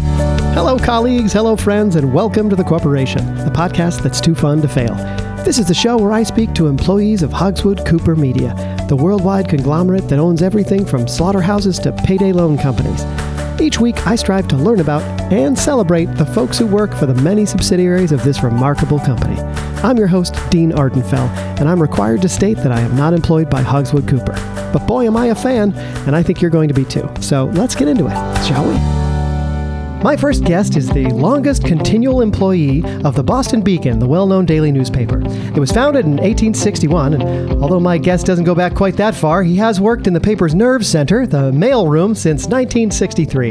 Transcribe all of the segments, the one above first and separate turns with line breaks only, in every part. Hello, colleagues, hello, friends, and welcome to The Corporation, the podcast that's too fun to fail. This is the show where I speak to employees of Hogswood Cooper Media, the worldwide conglomerate that owns everything from slaughterhouses to payday loan companies. Each week, I strive to learn about and celebrate the folks who work for the many subsidiaries of this remarkable company. I'm your host, Dean Ardenfell, and I'm required to state that I am not employed by Hogswood Cooper. But boy, am I a fan, and I think you're going to be too. So let's get into it, shall we? My first guest is the longest continual employee of the Boston Beacon, the well known daily newspaper. It was founded in 1861, and although my guest doesn't go back quite that far, he has worked in the paper's nerve center, the mail room, since 1963.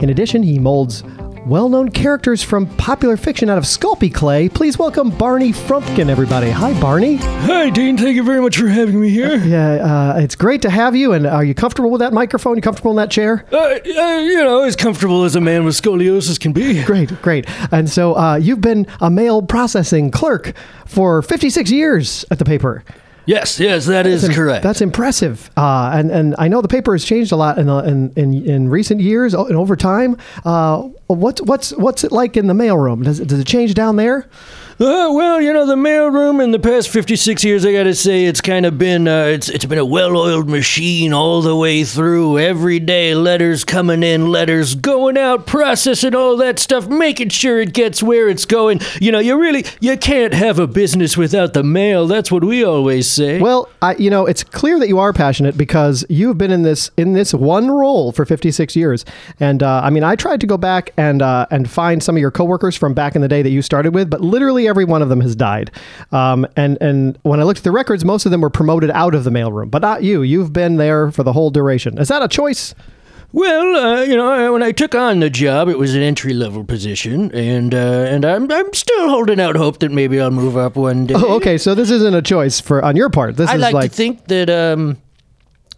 In addition, he molds well known characters from popular fiction out of Sculpey Clay. Please welcome Barney Frumpkin, everybody. Hi, Barney.
Hi, Dean. Thank you very much for having me here.
Yeah, uh, it's great to have you, and are you comfortable with that microphone? You comfortable in that chair?
Uh, uh, you know, as comfortable as a man with scoliosis can be.
Great, great. And so uh, you've been a mail processing clerk for 56 years at the paper.
Yes, yes, that is
That's im-
correct.
That's impressive. Uh, and and I know the paper has changed a lot in the, in, in in recent years o- and over time. Uh, what's what's what's it like in the mailroom? Does it, does it change down there?
Uh, well, you know, the mailroom in the past 56 years, I got to say, it's kind of been uh, it's it's been a well-oiled machine all the way through. Every day, letters coming in, letters going out, processing all that stuff, making sure it gets where it's going. You know, you really you can't have a business without the mail. That's what we always say.
Well, I, you know, it's clear that you are passionate because you've been in this in this one role for 56 years. And uh, I mean, I tried to go back and uh, and find some of your coworkers from back in the day that you started with, but literally every one of them has died. Um, and and when I looked at the records, most of them were promoted out of the mailroom, but not you. You've been there for the whole duration. Is that a choice?
Well, uh, you know, I- when I took on the job, it was an entry level position, and uh, and I'm I'm still holding out hope that maybe I'll move up one day.
Oh, okay. So this isn't a choice for on your part. This
I
is
like,
like,
to think that um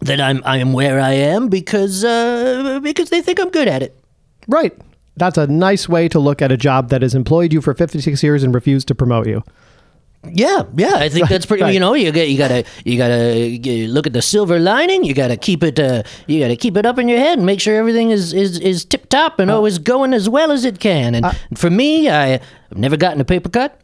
that I'm I am where I am because uh, because they think I'm good at it.
right. That's a nice way to look at a job that has employed you for 56 years and refused to promote you.
Yeah, yeah, I think that's pretty.
right.
You know, you got you gotta you gotta g- look at the silver lining. You gotta keep it uh, you gotta keep it up in your head and make sure everything is is, is tip top and always going as well as it can. And, for me, I, I've never gotten a paper cut.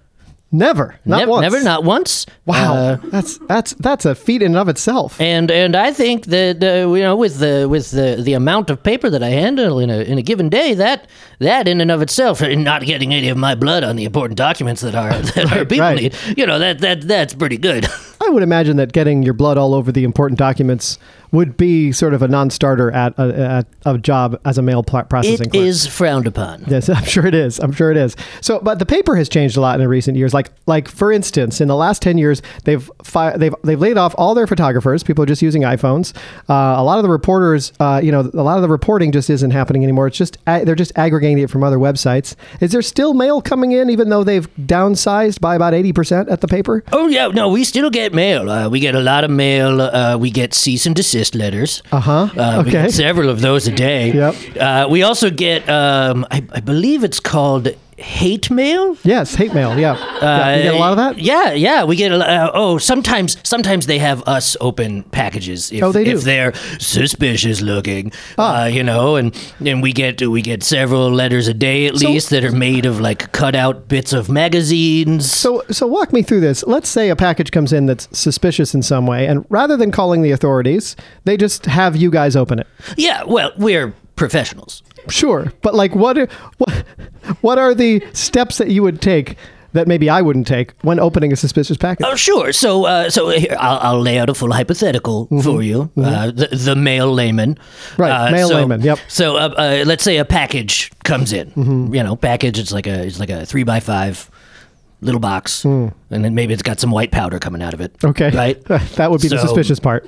Never. Not
never,
once.
never, not once.
Wow,
Uh,
that's that's that's a feat in and of itself.
and and I think that uh, you know with the with the, the amount of paper that I handle in a in a given day that that in and of itself and not getting any of my blood on the important documents that are that our people
right.
need you know that that that's pretty good.
I would imagine that getting your blood all over the important documents would be sort of a non-starter at a, at a job as a mail pl- processing
It
clerk.
is frowned upon.
Yes, I'm sure it is. I'm sure it is. So, but the paper has changed a lot in recent years. Like, like for instance, in the last ten years, they've fi- they've they've laid off all their photographers. People are just using iPhones. Uh, a lot of the reporters, uh, you know, a lot of the reporting just isn't happening anymore. It's just a- they're just aggregating it from other websites. Is there still mail coming in, even though they've downsized by about eighty percent at the paper?
Oh yeah, no, we still get mail. Uh, we get a lot of mail. Uh, we get cease and desist letters.
Uh-huh.
Uh, We
Okay.
get several of those a day.
Yep.
Uh, we also get, um, I, I believe it's called hate mail.
Yes, hate mail. Yeah, yeah you get a lot of that.
Uh, Yeah, yeah, we get a lot. Uh, oh, sometimes sometimes they have us open packages if,
Oh, they do. Ah.
if they're suspicious looking. Uh, you know, and and we get we get several letters a day at least that are made of like cut out bits of magazines.
So, so walk me through this. Let's say a package comes in that's suspicious in some way, and rather than calling the authorities, they just have you guys open it.
yeah, well, we're professionals.
Sure, but like, what, are- what, what are the steps that you would take that maybe I wouldn't take when opening a suspicious package?
Oh, sure. So, uh, so here, I'll, I'll lay out a full hypothetical for you. Uh, the, the male layman.
Mm-hmm. Right,
Uh,
male
so,
layman, yep. Mm-hmm.
So, uh, uh, let's say a package comes in. You know, package. It's like a it's like a three by five little box, and then maybe it's got some white powder coming out of it.
Mm. okay,
Right.
that would be the
So-
suspicious part.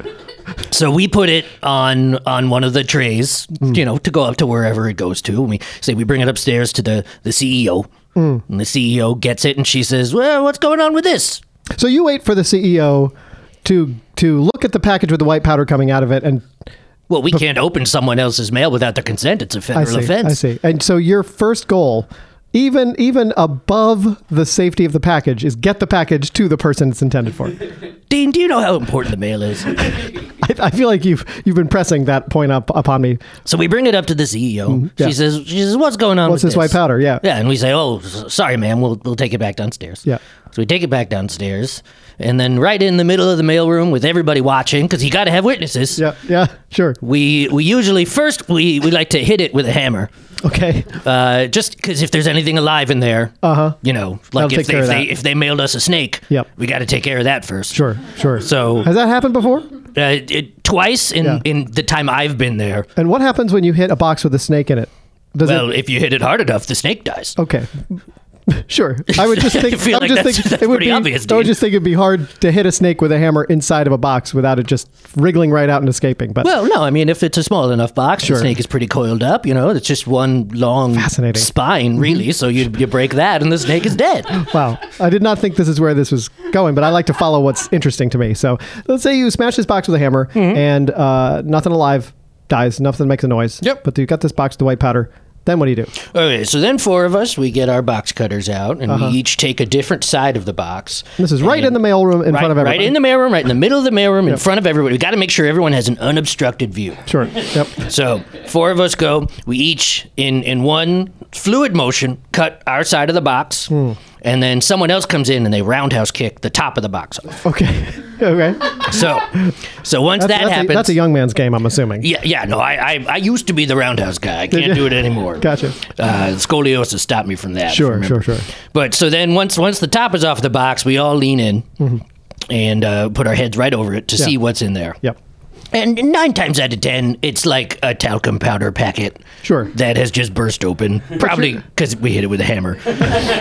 So we put it on on one of the trays,
Mm.
you know, to go up to wherever it goes to. And we say we bring it upstairs to the the CEO,
Mm.
and the CEO gets it, and she says, "Well, what's going on with this?"
So you wait for the CEO to to look at the package with the white powder coming out of it, and
Well, we can't open someone else's mail without their consent. It's a
I
federal
see,
offense.
I see. And so your first goal. Even even above the safety of the package is get the package to the person it's intended for.
Dean, do you know how important the mail is?
I, I feel like you've you've been pressing that point up upon me.
So we bring it up to the CEO.
Mm-hmm, yeah.
She says, "She says, what's going on?
What's
with
this white powder? Yeah.
Yeah, and we say, "Oh, s- sorry, ma'am. We'll we'll take it back downstairs."
Yeah.
So we take it back downstairs, and then right in the middle of the mailroom with everybody watching, because you got to have witnesses.
Yeah. Yeah. Sure.
We we usually first we we like to hit it with a hammer,
Okay.
uh, just because if there's anything alive in there,
Uh-huh.
you know,
That'll
like
take
if they,
care
if
of
they
that.
if they mailed us a snake,
Yep.
we got to take care of that first.
Sure. Sure.
So
has that happened before?
uh, it, twice in
Yeah.
in the time I've been there.
And what happens when you hit a box with a snake in it? Does
Well,
it?
if you hit it hard enough, the snake dies.
Okay. Sure. I would just
I
think.
feel
I would
like
just
that's-
think
that's
it would
pretty
be.
obvious,
I would
dude.
just think it'd be hard to hit a snake with a hammer inside of a box without it just wriggling right out and escaping. But
Well, no, I mean, if it's a small enough box,
Sure.
the snake is pretty coiled up. You know, it's just one long
Fascinating. Mm-hmm.
spine, really. So you you break that, and the snake is dead.
Wow. I did not think this is where this was going, but I like to follow what's interesting to me. So let's say you smash this box with a hammer
Mm-hmm.
and uh, nothing alive dies, nothing makes a noise.
Yep.
But you got this box with the white powder. Then what do you do?
Okay, so then four of us, we get our box cutters out, and we each take a different side of the box.
Uh-huh. This is right in the mailroom in
Right,
front of everybody.
right in the mailroom, right in the middle of the mailroom, in front of everybody. We got to make sure everyone has an unobstructed view.
Sure. Yep.
So four of us go. We each, in in one fluid motion, cut our side of the box,
Hmm.
and then someone else comes in and they roundhouse kick the top of the box off.
Okay. okay.
So, so once that
that's
happens,
A, that's a young man's game, I'm assuming.
yeah, yeah. No, I, I I used to be the roundhouse guy. I
you?
can't do it anymore.
Gotcha.
Uh, scoliosis stopped me from that.
Sure,
remember.
sure, sure.
But so then once once the top is off the box, we all lean in.
Mm-hmm.
And uh, put our heads right over it to see what's in there.
Yep.
And nine times out of ten, it's like a talcum powder packet.
Sure.
That has just burst open, probably because we hit it with a hammer.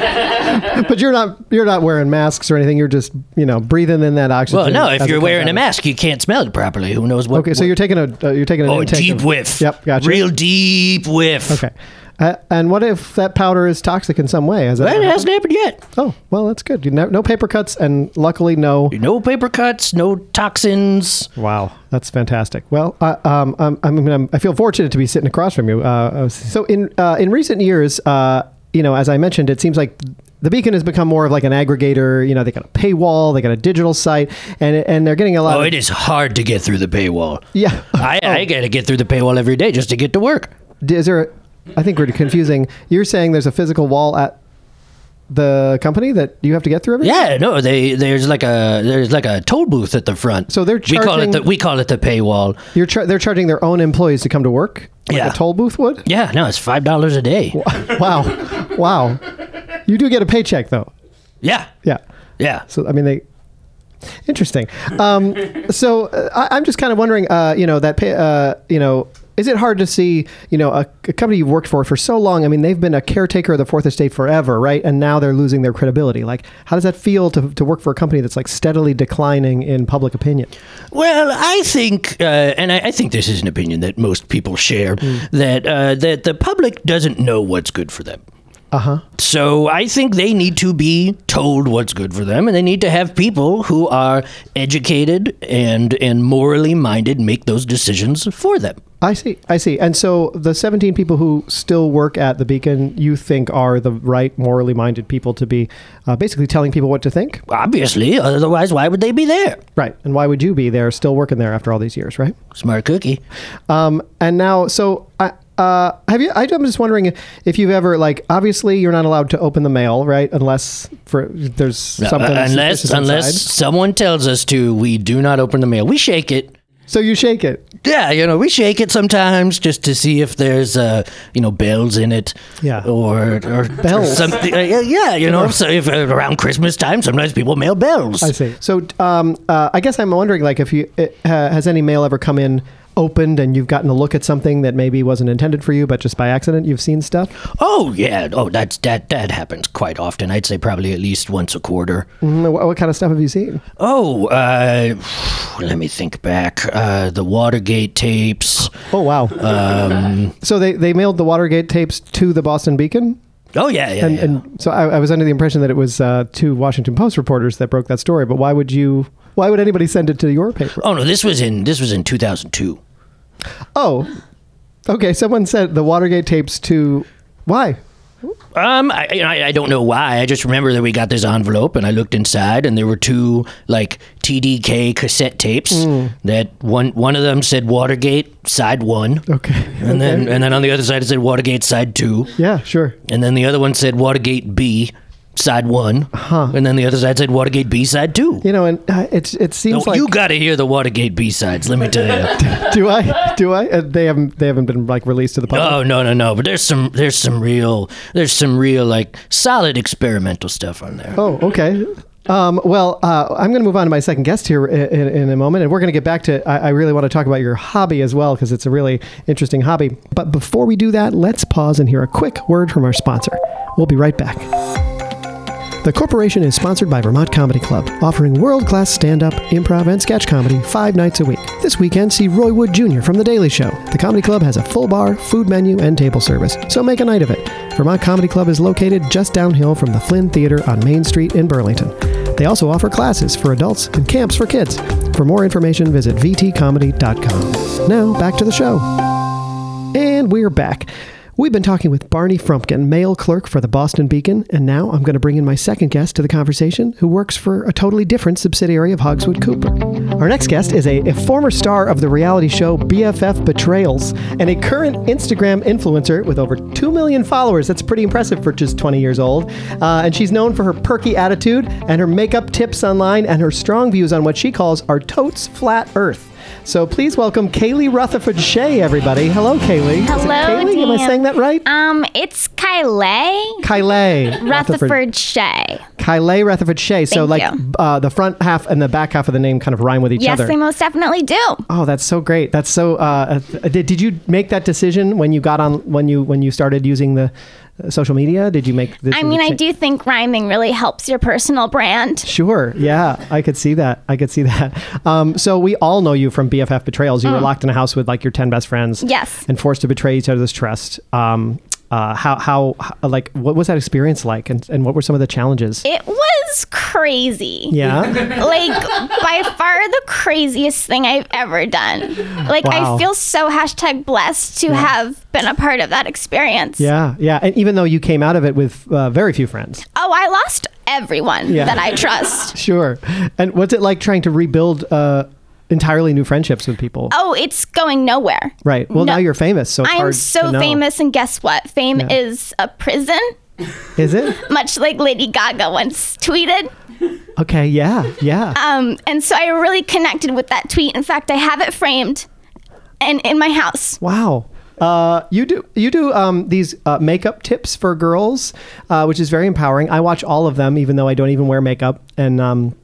But you're not you're not wearing masks or anything. You're just you know breathing in that oxygen.
Well, no,
as
if
it
you're
comes
wearing
out.
a mask, you can't smell it properly. Who knows what?
Okay, so
what-
you're taking a uh, you're taking an
oh, a
intake
deep
of-
whiff.
Yep, gotcha.
Real deep whiff.
Okay, uh, and what if that powder is toxic in some way? Has that
That
ever
hasn't happened yet.
Oh, well, that's good. You know, no paper cuts, and luckily, no.
No paper cuts, no toxins.
Wow, that's fantastic. Well, I, um, I'm, I'm, I'm, I feel fortunate to be sitting across from you. Uh, so, in uh, in recent years, uh, you know, as I mentioned, it seems like the Beacon has become more of like an aggregator. You know, they got a paywall, they got a digital site, and and they're getting a lot.
Oh,
of,
it is hard to get through the paywall.
yeah. Oh.
I, I got to get through the paywall every day just to get to work.
is there? A, I think we're confusing. You're saying there's a physical wall at the company that you have to get through every
Yeah, no, they there's like a there's like a toll booth at the front.
So they're
we call
charging-
it the we call it the paywall.
You're char- they're charging their own employees to come to work. Like
Yeah.
a toll booth would.
Yeah, no, it's five dollars a day.
wow, wow. You do get a paycheck though.
Yeah,
Yeah.
yeah.
So I mean they. Interesting. Um, so uh, I, I'm just kind of wondering, uh, you know, that pay, uh, you know, is it hard to see, you know, a, a company you've worked for for so long? I mean, they've been a caretaker of the Fourth Estate forever, right? And now they're losing their credibility. Like, how does that feel to, to work for a company that's like steadily declining in public opinion?
Well, I think, uh, and I, I think this is an opinion that most people share, that uh, that the public doesn't know what's good for them.
Uh huh.
So I think they need to be told what's good for them, and they need to have people who are educated and and morally minded make those decisions for them.
I see. I see. And so the 17 people who still work at the Beacon, you think are the right morally minded people to be uh, basically telling people what to think?
Obviously, otherwise, why would they be there?
Right. And why would you be there still working there after all these years, right?
Smart cookie.
Um, and now, so I. Uh, have you? I, I'm just wondering if you've ever like. Obviously, you're not allowed to open the mail, right? Unless for there's something.
Uh, unless
suspicious
unless
inside.
someone tells us to, we do not open the mail. We shake it.
So you shake it.
Yeah, you know, we shake it sometimes just to see if there's, uh, you know, bells in it.
Yeah.
Or, or
Bells.
Or something. Uh, yeah, yeah, you know, so if, uh, around Christmas time, sometimes people mail bells.
I see. So, um, uh, I guess I'm wondering, like, if you it, ha, has any mail ever come in opened and you've gotten a look at something that maybe wasn't intended for you, but just by accident you've seen stuff.
Oh, yeah. Oh, that's, that, that happens quite often. I'd say probably at least once a quarter.
Mm, What, what kind of stuff have you seen?
Oh, uh, let me think back. Uh, the Watergate tapes.
Oh wow!
Um,
so they, they mailed the Watergate tapes to the Boston Beacon,
oh, yeah, yeah.
and,
yeah.
and so I, I was under the impression that it was uh, two Washington Post reporters that broke that story. But why would you? Why would anybody send it to your paper?
Oh no, this was in this was in 2002.
Oh, okay. Someone sent the Watergate tapes to why?
Um, I, you know, I I don't know why. I just remember that we got this envelope, and I looked inside, and there were two like TDK cassette tapes.
Hmm.
That one one of them said Watergate side one,
Okay.
and then and then on the other side it said Watergate side two,
yeah, sure.
and then the other one said Watergate B side one, and then the other side said Watergate B side two.
You know, and uh, it's it seems
No,
like
you got to hear the Watergate B sides. Let me tell you.
do I do I uh, they haven't they haven't been like released to the public.
Oh no no no! But there's some there's some real there's some real like solid experimental stuff on there.
Oh, okay. Um, well, uh, I'm going to move on to my second guest here in, in, in a moment, and we're going to get back to. I, I really want to talk about your hobby as well because it's a really interesting hobby. But before we do that, let's pause and hear a quick word from our sponsor. We'll be right back. The corporation is sponsored by Vermont Comedy Club, offering world class stand up, improv, and sketch comedy five nights a week. This weekend, see Roy Wood Jr. from The Daily Show. The Comedy Club has a full bar, food menu, and table service, so make a night of it. Vermont Comedy Club is located just downhill from the Flynn Theater on Main Street in Burlington. They also offer classes for adults and camps for kids. For more information, visit vtcomedy.com. Now, back to the show. And we're back. We've been talking with Barney Frumpkin, mail clerk for the Boston Beacon, and now I'm going to bring in my second guest to the conversation, who works for a totally different subsidiary of Hogswood Cooper. Our next guest is a, a former star of the reality show BFF Betrayals and a current Instagram influencer with over 2 million followers. That's pretty impressive for just 20 years old. Uh, and she's known for her perky attitude and her makeup tips online and her strong views on what she calls our totes flat earth. So please welcome Kaylee Rutherford Shea, everybody. Hello, Kaylee. Is it
Hello,
Kaylee? Am I
Dan.
saying that right?
Um, it's Kylie
Kaylee
Rutherford Shea.
Kaylee Rutherford Shea. So,
Thank
like,
you.
uh, the front half and the back half of the name kind of rhyme with each
Yes,
other.
they most definitely do.
oh, that's so great. That's so. Uh, uh, did, did you make that decision when you got on when you when you started using the uh, social media? Did you make? This
I mean, I
change?
do think rhyming really helps your personal brand.
Sure. Yeah, I could see that. I could see that. Um, so we all know you from BFF betrayals. You were locked in a house with like your ten best friends.
Mm. Yes.
And forced to betray each other's trust. Um, uh, how, how how like what was that experience like, and and what were some of the challenges?
It was crazy.
yeah.
Like, by far the craziest thing I've ever done. Like,
Wow.
I feel so hashtag blessed to have been a part of that experience.
Yeah. Yeah. And even though you came out of it with uh, very few friends.
Oh, I lost everyone
Yeah.
that I trust.
Sure. And what's it like trying to rebuild uh, entirely new friendships with people?
Oh, it's going nowhere.
Right. Well,
no.
now you're famous, so it's
I'm
hard
so
to know.
famous, and guess what? Fame
Yeah.
is a prison.
Is it?
much like Lady Gaga once tweeted.
Okay. Yeah. Yeah.
Um, and so I really connected with that tweet. In fact, I have it framed and in my house.
Wow. Uh, you do you do um, these uh, makeup tips for girls, uh, which is very empowering. I watch all of them, even though I don't even wear makeup. And um,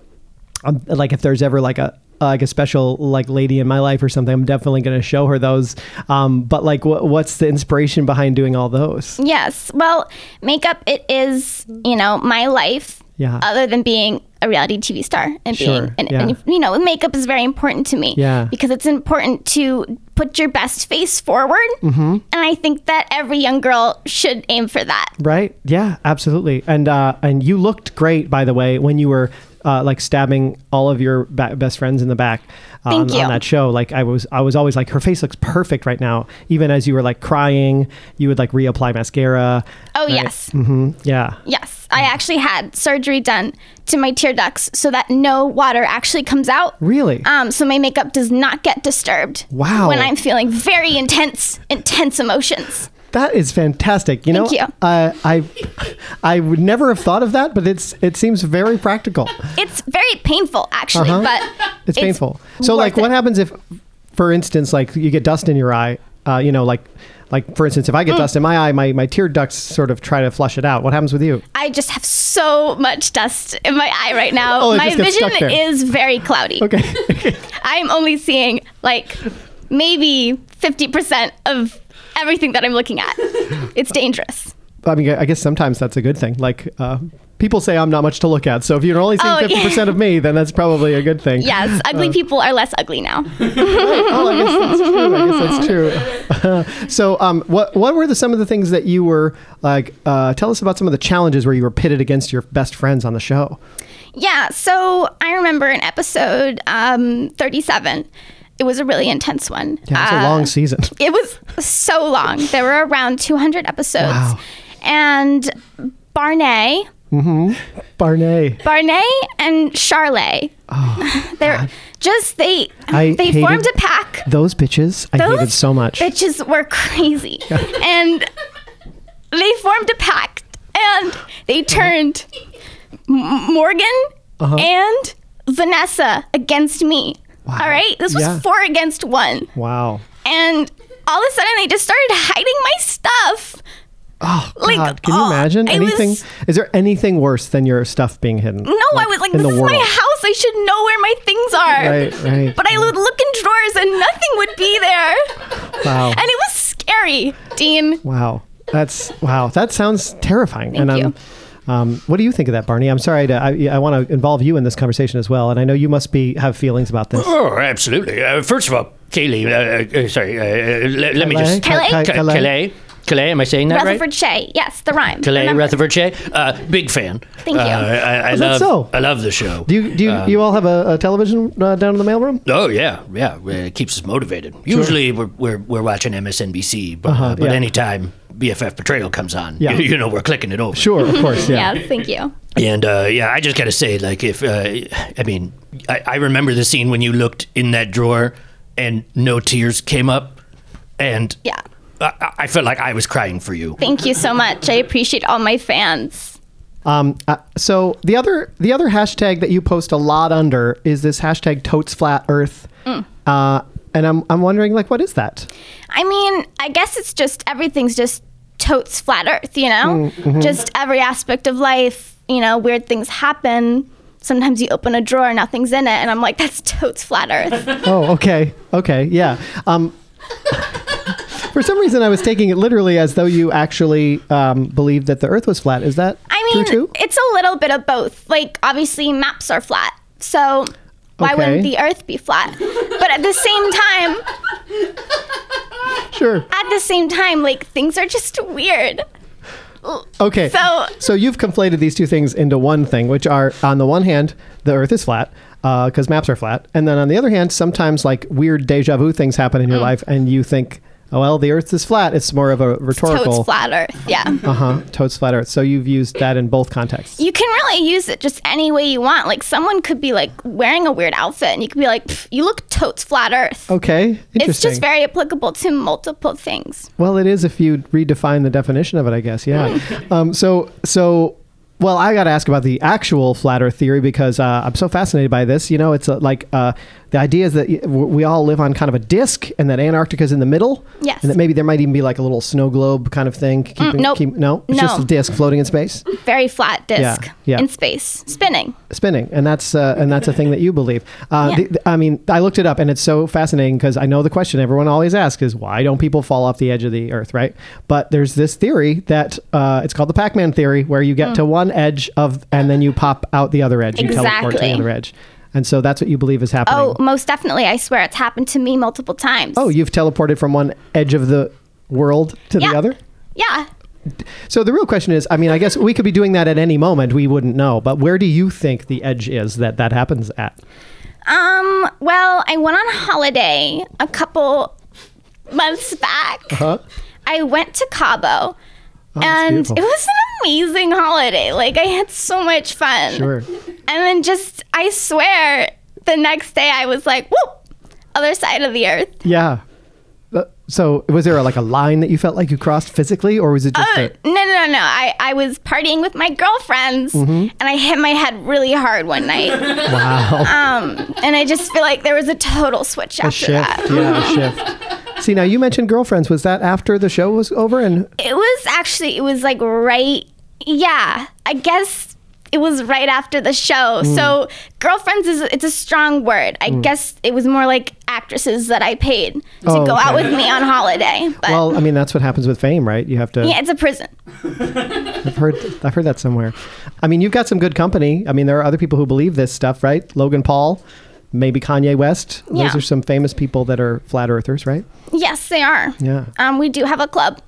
I'm, like, if there's ever like a like a special like lady in my life or something, I'm definitely going to show her those. Um, but like, wh- what's the inspiration behind doing all those?
Yes. Well, makeup it is, you know, my life.
Yeah.
Other than being a reality TV star and
Sure,
being, and,
yeah.
and, you know, makeup is very important to me.
Yeah.
Because it's important to put your best face forward. Mm-hmm. And I think that every young girl should aim for that.
Right? Yeah, absolutely. And uh, and you looked great, by the way, when you were uh, like stabbing all of your ba- best friends in the back uh,
Thank
on,
you.
on that show. Like I was, I was always like, her face looks perfect right now. Even as you were like crying, you would like reapply mascara.
Oh,
right?
yes.
Yeah.
Yes,
Mm.
I actually had surgery done to my tear ducts so that no water actually comes out.
Really?
Um, so my makeup does not get disturbed.
Wow.
When I'm feeling very intense, intense emotions.
That is fantastic. You know,
Thank you.
Uh, I I would never have thought of that, but it's it seems very practical.
It's very painful, actually,
Uh-huh.
but
it's, painful. So
worth
like, what
it.
happens if, for instance, like you get dust in your eye? Uh, you know, like like for instance, if I get
Mm.
dust in my eye, my my tear ducts sort of try to flush it out. What happens with you?
I just have so much dust in my eye right now.
Oh, it
my
just gets
vision
stuck there.
is very cloudy.
Okay.
I'm only seeing like maybe 50% of everything that I'm looking at. It's dangerous.
I mean, I guess sometimes that's a good thing. Like. Uh, People say I'm not much to look at, so if you're only seeing
Oh, yeah.
fifty percent of me, then that's probably a good thing.
Yes,
Uh.
ugly people are less ugly now.
Oh, I guess that's true. I guess that's true. so, um, what what were the, some of the things that you were like? Uh, tell us about some of the challenges where you were pitted against your best friends on the show.
Yeah, so I remember in episode um, 37, it was a really intense one.
Yeah, it's a
Uh,
long season.
It was so long. There were around 200 episodes.
Wow.
and Barney,
Barney.
Barney and Charlet. They're just they
Oh, I
they
hated-
formed a pack.
Those bitches, I
Those
hated so much.
Bitches were crazy. and they formed a pact and they
Uh-huh.
turned M- Morgan and Vanessa against me.
Wow.
All right? This was
Yeah.
4 against 1.
wow.
And all of a sudden they just started hiding my stuff.
Oh God!
Like,
Can you
oh,
imagine
I
anything?
was-
Is there anything worse than your stuff being hidden?
No, I was like,
in
this
the
is
world.
my house. I should know where my things are.
Right, right.
But I would look in drawers and nothing would be there.
Wow.
And it was scary, Dean.
Wow. That's wow. That sounds terrifying. and
Thank
um, um, what do you think of that, Barney? I'm sorry. To, I, I want to involve you in this conversation as well, and I know you must be have feelings about this.
Oh, absolutely. Uh, first of all, Kaylee, uh, uh, sorry, uh, uh, let, let me just.
Calais?
Ca-
Ca-
ca- Calais?
Calais? Calais, am I saying that right?
Rutherford Shea. Yes, the rhyme.
Calais,
Remember.
Rutherford Shea. Uh, big fan.
Thank you.
Uh, I, I
Is that
love,
so?
I love the show.
Do you do you, you all have a, a television uh, down in the mailroom?
Oh yeah, yeah. well, It keeps us motivated. Usually we're we're, we're watching MSNBC, but, uh but
Uh-huh, yeah.
anytime BFF Betrayal comes on,
Yeah.
you, you know we're clicking it over.
Sure, of course. Yeah.
Yes, thank you.
And uh, yeah, I just gotta say, like, if uh, I mean, I, I remember the scene when you looked in that drawer and no tears came up, and
Yeah.
I- I, I felt like I was crying for you.
Thank you so much. I appreciate all my fans.
Um, uh, so the other the other hashtag that you post a lot under is this hashtag totes flat Earth,
Mm.
uh, and I'm I'm wondering like what is that?
I mean, I guess it's just everything's just totes flat earth,
Mm,
you know?
mm-hmm.
Just every aspect of life, you know, weird things happen. Sometimes you open a drawer, nothing's in it, and I'm like, that's totes flat earth.
Oh, okay, okay, yeah. Um, for some reason, I was taking it literally as though you actually um, believed that the Earth was flat. Is that
I mean,
true too?
it's a little bit of both. Like, obviously, maps are flat. So why
Okay.
wouldn't the earth be flat? But at the same time, eh,
Sure.
at the same time, like, things are just weird.
Okay.
So-
so you've conflated these two things into one thing, which are on the one hand, the Earth is flat because maps are flat, and then on the other hand, sometimes like weird deja vu things happen
Mm.
in your life, and you think, oh well, the Earth is flat. It's more of a rhetorical.
Totes flat earth, yeah.
Uh huh. Totes flat Earth. So you've used that in both contexts.
you can really use it just any way you want. Like someone could be like wearing a weird outfit, and you could be like, "Pff, "You look totes flat Earth."
Okay. Oh, Interesting.
It's just very applicable to multiple things.
Well, it is if you redefine the definition of it, I guess. Yeah. um, so, so, well, I got to ask about the actual flat Earth theory because uh, I'm so fascinated by this. You know, it's uh, like uh, the idea is that y- w- we all live on kind of a disk, and that Antarctica's in the middle.
Yes. Mm,
And that maybe there might even be like a little snow globe kind of thing. keeping-
nope.
no, it's just
No.
a disk floating in space,
Very flat disk
Yeah, yeah.
in space, spinning.
spinning, and that's uh, and that's a thing that you believe. Uh,
Yeah.
the- the- I mean, I looked it up, and it's so fascinating because I know the question everyone always asks is why don't people fall off the edge of the Earth, right? But there's this theory that uh, it's called the Pac-Man theory, where you get to one edge of and then you pop out the other edge, you teleport to the
Hmm. Exactly.
other edge, and so that's what you believe is happening.
Oh, most definitely. I swear it's happened to me multiple times.
Oh, you've teleported from one edge of the world to
Yeah.
the other.
yeah.
So the real question is, I mean, I guess we could be doing that at any moment. We wouldn't know. But where do you think the edge is that that happens at?
Um. Well, I went on holiday a couple months back.
Huh?
I went to Cabo.
Uh-huh. Oh, that's
and
beautiful.
it was an amazing holiday. Like I had so much fun.
Sure.
And then just, I swear, the next day I was like, whoop, other side of the earth.
Yeah. Uh, So was there like a line that you felt like you crossed physically, or was it just?
Uh,
a-
no, no, no, no. I, I was partying with my girlfriends
Mm-hmm.
and I hit my head really hard one night. wow. Um, and I just feel like there was a total switch
a
after
shift?
that.
Yeah, a shift. See, now you mentioned girlfriends. Was that after the show was over? And
It was actually, it was like right, yeah, I guess it was right after the show.
Mm.
So girlfriends is, it's a strong word. I guess it was more like actresses that I paid to
Oh,
go out
okay.
with me on holiday. But
well, I mean, that's what happens with fame, right? You have to.
yeah, it's a prison.
I've heard. I've heard that somewhere. I mean, you've got some good company. I mean, there are other people who believe this stuff, right? Logan Paul, maybe Kanye West. Those
Yeah.
are some famous people that are flat earthers, right?
Yes, they are.
Yeah.
Um, we do have a club,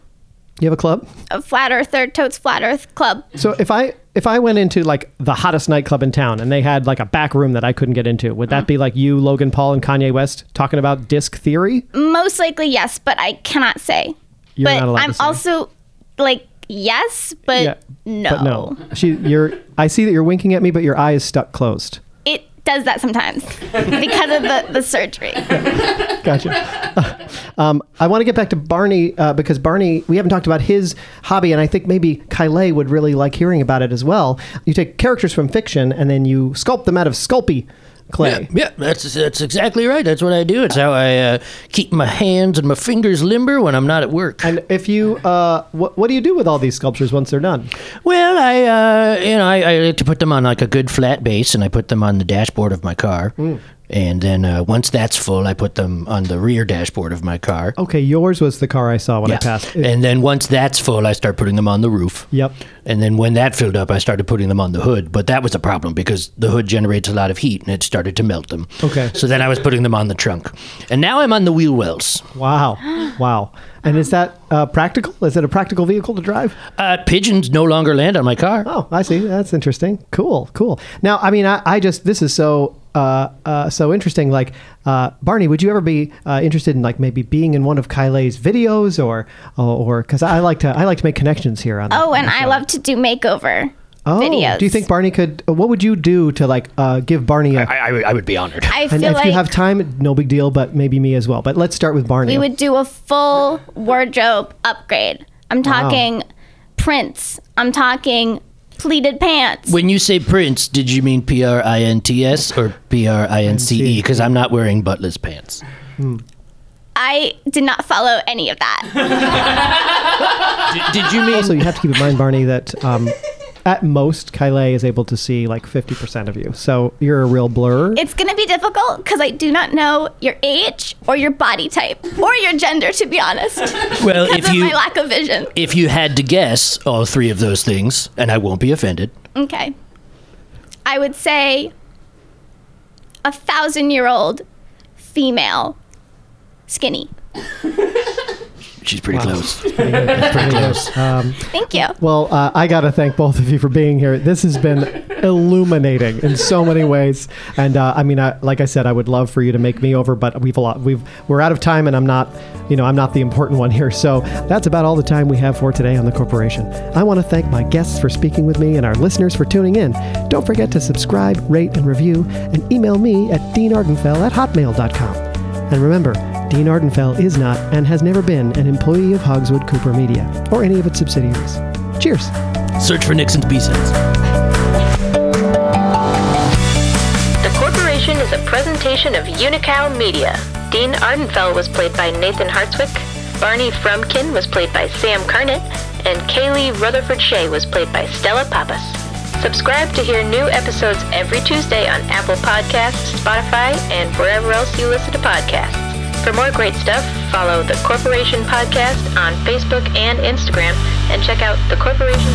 You have a club.
a Flat Earther, Totes Flat Earth Club.
So if I if I went into like the hottest nightclub in town and they had like a back room that I couldn't get into, would that be like you, Logan Paul, and Kanye West talking about disc theory?
Most likely, yes, but I cannot say.
You're
but
not allowed
I'm
to say.
also like yes, but,
Yeah,
no.
But no, she. You're. I see that you're winking at me, but your eye is stuck closed.
It does that sometimes because of the, the surgery.
Gotcha. um, I want to get back to Barney uh, because Barney, we haven't talked about his hobby, and I think maybe Kyle would really like hearing about it as well. You take characters from fiction and then you sculpt them out of Sculpey clay.
Yeah, that's that's exactly right. That's what I do. It's how I uh, keep my hands and my fingers limber when I'm not at work.
And if you, uh, what, what do you do with all these sculptures once they're done?
well, I uh, you know I, I like to put them on like a good flat base, and I put them on the dashboard of my car. And then uh, once that's full, I put them on the rear dashboard of my car.
Okay, yours was the car I saw when I passed. It-
And then once that's full, I start putting them on the roof.
Yep.
And then when that filled up, I started putting them on the hood. But that was a problem because the hood generates a lot of heat and it started to melt them.
Okay.
So then I was putting them on the trunk. And now I'm on the wheel wells.
wow, wow. And is that uh, practical? Is it a practical vehicle to drive?
Uh, pigeons no longer land on my car.
Oh, I see. That's interesting. Cool, cool. Now, I mean, I, I just this is so uh, uh, so interesting. Like, uh, Barney, would you ever be uh, interested in like maybe being in one of Kyle's videos or or because I like to I like to make connections here on. the-
Oh,
on
and
the
I
show.
love to do makeover
Oh,
videos.
Do you think Barney could? uh, What would you do to like uh, give Barney a?
I, I, would- I would be honored.
I feel
and if
like
you have time, no big deal, but maybe me as well. But let's start with Barney.
we would do a full wardrobe upgrade. I'm talking prints. I'm talking pleated pants.
When you say prince, did you mean P R I N T S or P R I N C E? Because I'm not wearing buttless pants.
I did not follow any of that.
Did, did you mean?
also, you have to keep in mind, Barney, that um, at most, Kyle is able to see like 50% of you. So you're a real blur.
It's going to be difficult because I do not know your age or your body type or your gender, to be honest.
well,
Because
if
of
you
my lack of vision.
if you had to guess all three of those things, and I won't be offended.
Okay. I would say a thousand year old female skinny.
She's pretty close.
Um,
Thank you.
Well, uh, I got to thank both of you for being here. This has been illuminating in so many ways, and uh, I mean, I, like I said, I would love for you to make me over, but we've a lot. We've we're out of time, and I'm not, you know, I'm not the important one here. So that's about all the time we have for today on the corporation. I want to thank my guests for speaking with me and our listeners for tuning in. Don't forget to subscribe, rate, and review, and email me at deanardenfell at hotmail.com. And remember, Dean Ardenfell is not and has never been an employee of Hogswood Cooper Media or any of its subsidiaries. Cheers.
Search for Nixon's B-Sense.
The Corporation is a presentation of Unicow Media. Dean Ardenfell was played by Nathan Hartswick, Barney Frumkin was played by Sam Carnett, and Kaylee Rutherford Shea was played by Stella Pappas. Subscribe to hear new episodes every Tuesday on Apple Podcasts, Spotify, and wherever else you listen to podcasts. For more great stuff, follow The Corporation Podcast on Facebook and Instagram, and check out thecorporation.com